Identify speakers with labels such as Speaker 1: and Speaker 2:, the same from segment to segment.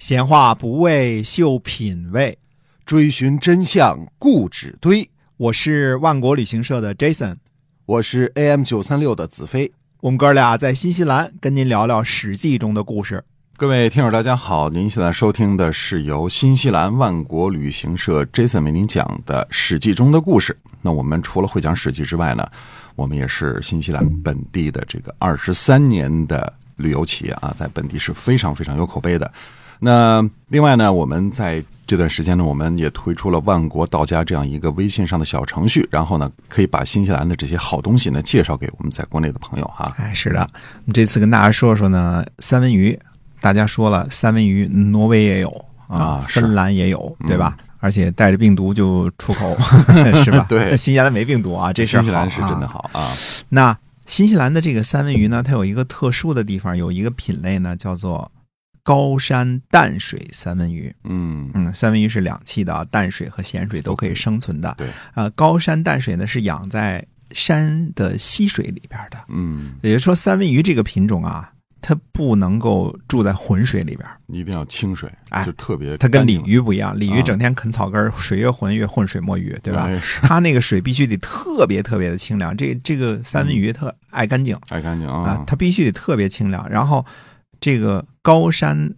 Speaker 1: 闲话不为秀品味，
Speaker 2: 追寻真相故纸堆。
Speaker 1: 我是万国旅行社的 Jason，
Speaker 2: 我是 AM 九三六的子飞。
Speaker 1: 我们哥俩在新西兰跟您聊聊《史记》中的故事。
Speaker 2: 各位听友，大家好，您现在收听的是由新西兰万国旅行社 Jason 为您讲的《史记》中的故事。那我们除了会讲《史记》之外呢，我们也是新西兰本地的这个二十三年的旅游企业啊，在本地是非常非常有口碑的。那另外呢，我们在这段时间呢，我们也推出了万国到家这样一个微信上的小程序，然后呢，可以把新西兰的这些好东西呢介绍给我们在国内的朋友哈。
Speaker 1: 哎，是的，我们这次跟大家说说呢，三文鱼。大家说了，三文鱼挪威也有啊，
Speaker 2: 啊是
Speaker 1: 芬兰也有，
Speaker 2: 嗯
Speaker 1: 对吧？而且带着病毒就出 口，是吧？
Speaker 2: 对
Speaker 1: 那新西兰没病毒啊，这事儿
Speaker 2: 新西兰
Speaker 1: 好
Speaker 2: 是真的
Speaker 1: 啊。
Speaker 2: 好啊，
Speaker 1: 那新西兰的这个三文鱼呢，它有一个特殊的地方，有一个品类呢叫做高山淡水三文鱼。
Speaker 2: 嗯，
Speaker 1: 嗯，三文鱼是两栖的啊，淡水和咸水都可以生存的。
Speaker 2: 对，
Speaker 1: 呃，高山淡水呢是养在山的溪水里边的，
Speaker 2: 嗯，
Speaker 1: 也就是说，三文鱼这个品种啊，它不能够住在浑水里边。
Speaker 2: 一定要清水，
Speaker 1: 哎
Speaker 2: 就特别
Speaker 1: 它
Speaker 2: 干
Speaker 1: 跟
Speaker 2: 净
Speaker 1: 鲤鱼不一样，鲤鱼
Speaker 2: 啊
Speaker 1: 整天啃草根儿，水越浑越浑水摸鱼，对吧
Speaker 2: 哎？是
Speaker 1: 它那个水必须得特别特别的清凉，这这个三文鱼特爱干净
Speaker 2: 爱干净
Speaker 1: 啊
Speaker 2: 啊，，
Speaker 1: 它必须得特别清凉。然后这个高山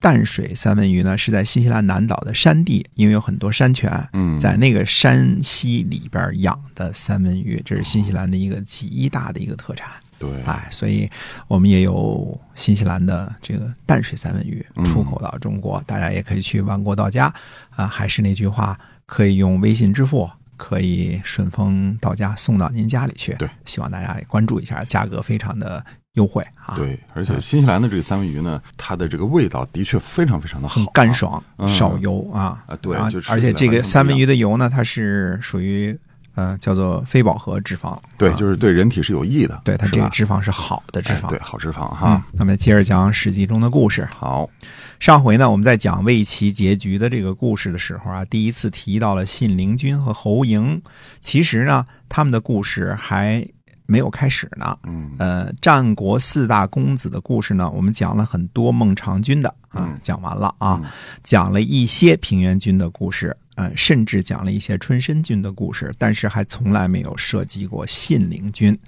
Speaker 1: 淡水三文鱼呢，是在新西兰南岛的山地，因为有很多山泉，
Speaker 2: 嗯，
Speaker 1: 在那个山溪里边养的三文鱼，这是新西兰的一个极大的一个特产。
Speaker 2: 对，
Speaker 1: 哎，所以我们也有新西兰的这个淡水三文鱼
Speaker 2: 嗯
Speaker 1: 出口到中国，大家也可以去万国到家啊。还是那句话，可以用微信支付，可以顺丰到家送到您家里去。
Speaker 2: 对，
Speaker 1: 希望大家也关注一下，价格非常的优惠啊，，
Speaker 2: 对，而且新西兰的这个三文鱼呢，它的这个味道的确非常非常的好
Speaker 1: 很
Speaker 2: 啊，
Speaker 1: 干爽，
Speaker 2: 嗯
Speaker 1: 少油啊
Speaker 2: 啊对
Speaker 1: 然后
Speaker 2: 就吃起来
Speaker 1: 而且这
Speaker 2: 完全不一
Speaker 1: 个
Speaker 2: 样
Speaker 1: 三文鱼的油呢，它是属于呃叫做非饱和脂肪，
Speaker 2: 对
Speaker 1: 啊，
Speaker 2: 就是对人体是有益的，
Speaker 1: 对它
Speaker 2: 是
Speaker 1: 这个
Speaker 2: 吧
Speaker 1: 脂肪是好的脂
Speaker 2: 哎
Speaker 1: 肪。
Speaker 2: 对，好脂肪
Speaker 1: 嗯
Speaker 2: 哈，，
Speaker 1: 咱们接着讲《史记》中的故事。
Speaker 2: 好，
Speaker 1: 上回呢，我们在讲魏齐结局的这个故事的时候啊，第一次提到了信陵君和侯嬴。其实呢，他们的故事还没有开始呢。
Speaker 2: 嗯，
Speaker 1: 呃，战国四大公子的故事呢，我们讲了很多孟尝君的啊
Speaker 2: 嗯，
Speaker 1: 讲完了啊
Speaker 2: 嗯，
Speaker 1: 讲了一些平原君的故事，呃，甚至讲了一些春申君的故事，但是还从来没有涉及过信陵君。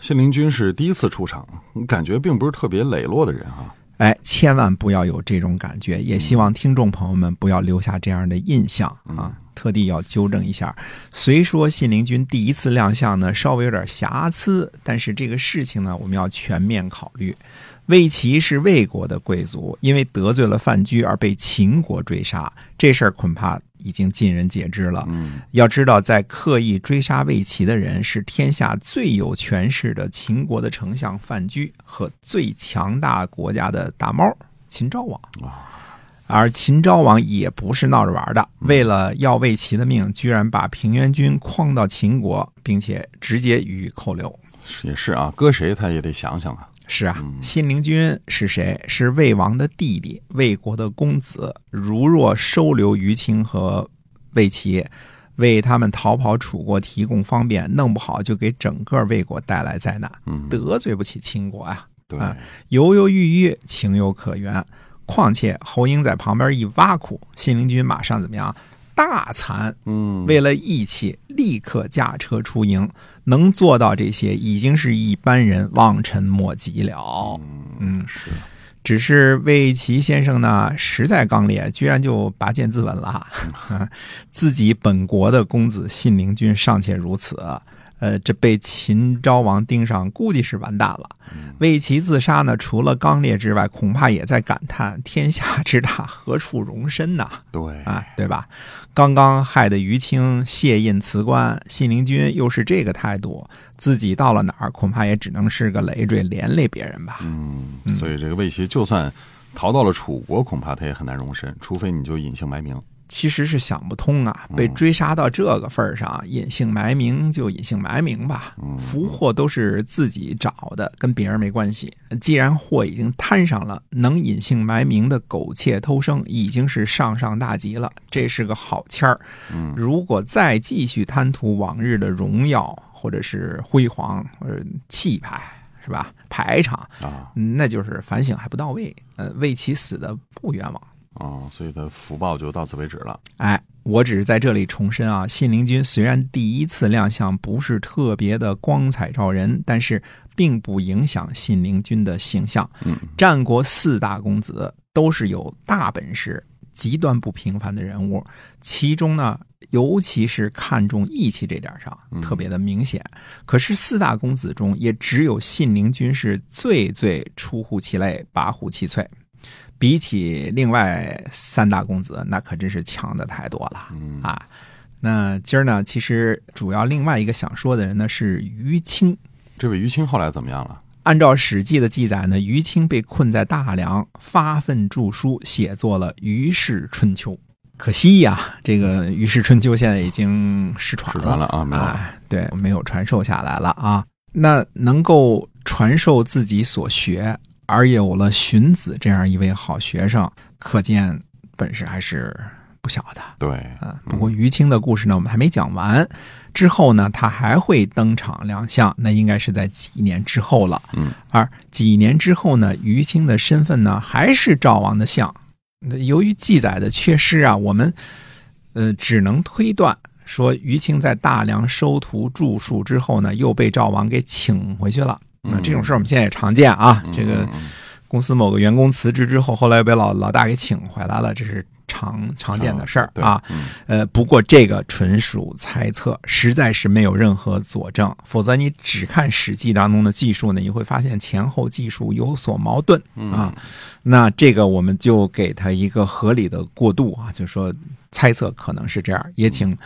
Speaker 2: 信陵君是第一次出场，感觉并不是特别磊落的人啊。
Speaker 1: 哎，千万不要有这种感觉，也希望听众朋友们不要留下这样的印象啊
Speaker 2: 嗯！
Speaker 1: 特地要纠正一下。虽说信陵君第一次亮相呢，稍微有点瑕疵，但是这个事情呢，我们要全面考虑。魏齐是魏国的贵族，因为得罪了范雎而被秦国追杀，这事儿恐怕已经尽人皆知了。
Speaker 2: 嗯，
Speaker 1: 要知道，在刻意追杀魏齐的人是天下最有权势的秦国的丞相范雎和最强大国家的大猫秦昭王。而秦昭王也不是闹着玩的，为了要魏齐的命，居然把平原君诓到秦国，并且直接予以扣留。
Speaker 2: 也是啊，搁谁他也得想想啊。
Speaker 1: 是啊，
Speaker 2: 嗯
Speaker 1: 信陵君是谁？是魏王的弟弟，魏国的公子。如若收留于清和魏齐，为他们逃跑楚国提供方便，弄不好就给整个魏国带来灾难，
Speaker 2: 嗯，
Speaker 1: 得罪不起秦国啊！
Speaker 2: 对，
Speaker 1: 啊犹犹豫豫，情有可原。况且侯英在旁边一挖苦，信陵君马上怎么样？大惭
Speaker 2: 嗯，
Speaker 1: 为了义气，立刻驾车出营，能做到这些，已经是一般人望尘莫及了。
Speaker 2: 嗯是，
Speaker 1: 只是魏齐先生呢，实在刚烈，居然就拔剑自刎了。 自己本国的公子信陵君尚且如此，呃，这被秦昭王盯上，估计是完蛋了。
Speaker 2: 嗯
Speaker 1: 魏齐自杀呢，除了刚烈之外，恐怕也在感叹：天下之大，何处容身呐？
Speaker 2: 对，
Speaker 1: 啊，对吧？刚刚害得于清谢印辞官，信陵君又是这个态度，自己到了哪儿，恐怕也只能是个累赘，连累别人吧。
Speaker 2: 嗯，所以这个魏齐就算逃到了楚国，恐怕他也很难容身，除非你就隐姓埋名。
Speaker 1: 其实是想不通啊，被追杀到这个份儿上，隐姓埋名就隐姓埋名吧。福祸都是自己找的，跟别人没关系。既然祸已经摊上了，能隐姓埋名的苟且偷生已经是上上大吉了，这是个好签儿。如果再继续呃贪图往日的荣耀或者是辉煌或者气派，是吧？排场，
Speaker 2: 啊
Speaker 1: 那就是反省还不到位，呃，为其死的不冤枉。
Speaker 2: 啊，所以他福报就到此为止了。
Speaker 1: 哎，我只是在这里重申啊，信陵君虽然第一次亮相不是特别的光彩照人，但是并不影响信陵君的形象。
Speaker 2: 嗯，
Speaker 1: 战国四大公子都是有大本事、极端不平凡的人物，其中呢，尤其是看重义气这点上
Speaker 2: 嗯
Speaker 1: 特别的明显。可是四大公子中，也只有信陵君是最最出乎其类、拔乎其萃。比起另外三大公子，那可真是强的太多了。
Speaker 2: 嗯
Speaker 1: 啊。那今儿呢，其实主要另外一个想说的人呢是于清。
Speaker 2: 这位于清后来怎么样了？
Speaker 1: 按照《史记》的记载呢，于清被困在大梁，发愤著书，写作了《于氏春秋》。可惜呀、这个《于氏春秋》现在已经失传
Speaker 2: 嗯失传了啊没有了
Speaker 1: 哎对，没有传授下来了啊。那能够传授自己所学，而有了荀子这样一位好学生，可见本事还是不小的。
Speaker 2: 对，
Speaker 1: 啊，不过于清的故事呢，我们还没讲完。之后呢，他还会登场亮相，那应该是在几年之后了。
Speaker 2: 嗯，
Speaker 1: 而几年之后呢，于清的身份呢还是赵王的相。那由于记载的缺失啊，我们呃只能推断说，于清在大梁收徒著述之后呢，又被赵王给请回去了。那这种事儿我们现在也常见啊，
Speaker 2: 嗯
Speaker 1: 这个
Speaker 2: 嗯嗯
Speaker 1: 公司某个员工辞职之后，后来又被老老大给请回来了，这是常常见的事儿
Speaker 2: 对
Speaker 1: 啊。
Speaker 2: 嗯
Speaker 1: 呃，不过这个纯属猜测，实在是没有任何佐证。否则你只看《史记》当中的记述呢，你会发现前后记述有所矛盾啊。那这个我们就给他一个合理的过渡啊，就说猜测可能是这样，也请。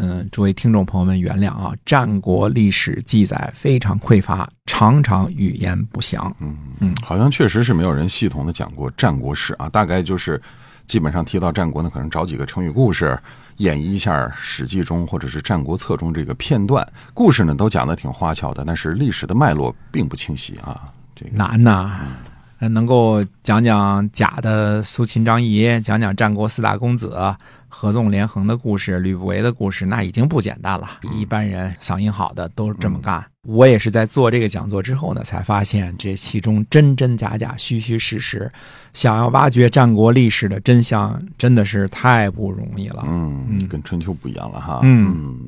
Speaker 1: 嗯，诸位听众朋友们原谅啊，战国历史记载非常匮乏，常常语言不详。
Speaker 2: 嗯，好像确实是没有人系统的讲过战国史啊，大概就是基本上提到战国呢，可能找几个成语故事演绎一下《史记》中或者是《战国策》中这个片段，故事呢都讲的挺花巧的，但是历史的脉络并不清晰啊。这个
Speaker 1: 难呐、呃能够讲讲假的苏秦、张仪，讲讲战国四大公子合纵连横的故事、吕不韦的故事，那已经不简单了。
Speaker 2: 嗯
Speaker 1: 一般人嗓音好的都这么干。我也是在做这个讲座之后呢，才发现这其中真真假假、虚虚实实，想要挖掘战国历史的真相，真的是太不容易了。
Speaker 2: 嗯，跟春秋不一样了哈。
Speaker 1: 嗯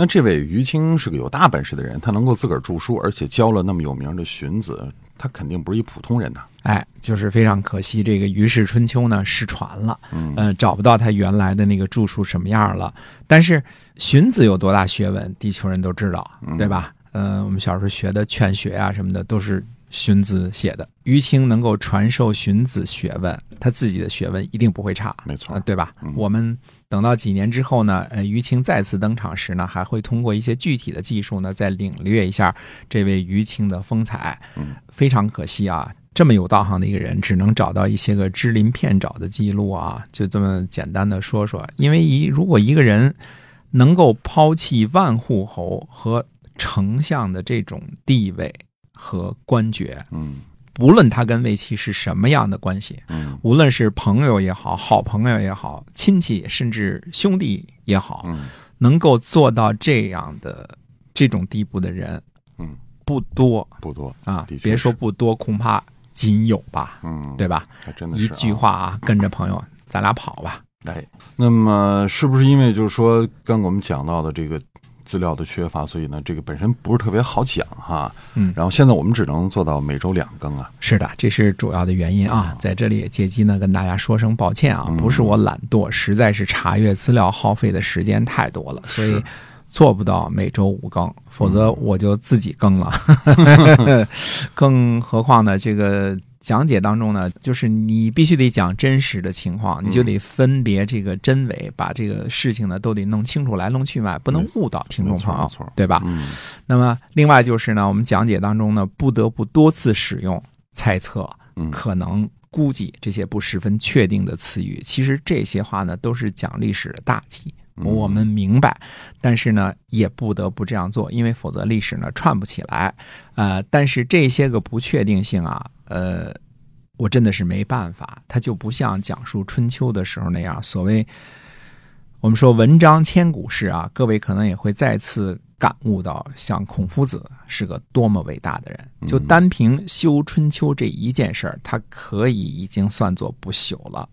Speaker 2: 那这位于清是个有大本事的人，他能够自个儿著书，而且教了那么有名的荀子，他肯定不是一普通人呐。
Speaker 1: 哎，就是非常可惜，这个《于氏春秋呢》失传了，
Speaker 2: 嗯
Speaker 1: 呃，找不到他原来的那个著述什么样了。但是荀子有多大学问，地球人都知道，
Speaker 2: 嗯
Speaker 1: 对吧？呃，我们小时候学的《劝学》啊什么的，都是荀子写的。于清能够传授荀子学问，他自己的学问一定不会差。
Speaker 2: 没错
Speaker 1: 呃，对吧？
Speaker 2: 嗯
Speaker 1: 我们等到几年之后呢，呃，于清再次登场时呢，还会通过一些具体的技术呢，再领略一下这位于清的风采。
Speaker 2: 嗯，
Speaker 1: 非常可惜啊，这么有道行的一个人，只能找到一些个支林片找的记录啊，就这么简单的说说。因为一如果一个人能够抛弃万户侯和丞相的这种地位和官爵，
Speaker 2: 嗯
Speaker 1: 不论他跟魏齐是什么样的关系，
Speaker 2: 嗯
Speaker 1: 无论是朋友也好，好朋友也好，亲戚甚至兄弟也好，
Speaker 2: 嗯
Speaker 1: 能够做到这样的这种地步的人
Speaker 2: 嗯，
Speaker 1: 不多
Speaker 2: 不多。
Speaker 1: 啊
Speaker 2: 的确！是
Speaker 1: 别说不多，恐怕仅有吧，
Speaker 2: 嗯，
Speaker 1: 对，吧？
Speaker 2: 还真的是、啊、
Speaker 1: 一句话啊，跟着朋友，咱俩跑吧。
Speaker 2: 哎，那么是不是因为就是说，刚我们讲到的这个资料的缺乏，所以呢，这个本身不是特别好讲哈。
Speaker 1: 嗯
Speaker 2: 然后现在我们只能做到每周两更啊。
Speaker 1: 是的，这是主要的原因啊，在这里也借机呢跟大家说声抱歉啊
Speaker 2: 哦嗯，
Speaker 1: 不是我懒惰，实在是查阅资料耗费的时间太多了，所以做不到每周五更，否
Speaker 2: 嗯
Speaker 1: 则我就自己更 了。更何况呢，这个讲解当中呢，就是你必须得讲真实的情况，
Speaker 2: 嗯
Speaker 1: 你就得分别这个真伪，把这个事情呢都得弄清楚来龙去脉，不能
Speaker 2: 没错
Speaker 1: 误导听众朋
Speaker 2: 没
Speaker 1: 友
Speaker 2: 错没错，
Speaker 1: 对吧？
Speaker 2: 嗯
Speaker 1: 那么另外就是呢，我们讲解当中呢，不得不多次使用猜测、
Speaker 2: 嗯
Speaker 1: 可能、估计这些不十分确定的词语。其实这些话呢，都是讲历史的大忌。
Speaker 2: 嗯
Speaker 1: 我们明白，但是呢，也不得不这样做，因为否则历史呢串不起来。呃，但是这些个不确定性啊，呃，我真的是没办法，它就不像讲述春秋的时候那样，所谓我们说文章千古事啊，各位可能也会再次感悟到，像孔夫子是个多么伟大的人。就单凭修《春秋》这一件事儿，他可以已经算作不朽了。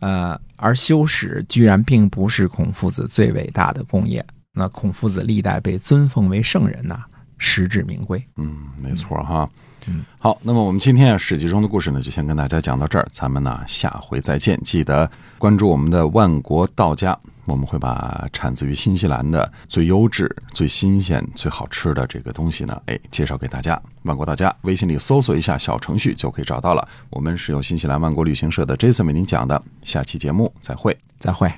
Speaker 1: 呃，而修史居然并不是孔夫子最伟大的功业。那孔夫子历代被尊奉为圣人呐、实至名归。
Speaker 2: 嗯，没错哈。
Speaker 1: 嗯
Speaker 2: 好，那么我们今天啊《史记》中的故事呢，就先跟大家讲到这儿，咱们呢下回再见。记得关注我们的万国道家，我们会把产自于新西兰的最优质、最新鲜、最好吃的这个东西呢，哎，介绍给大家。万国道家微信里搜索一下小程序就可以找到了。我们是由新西兰万国旅行社的 Jason 为您讲的，下期节目再会。
Speaker 1: 再会。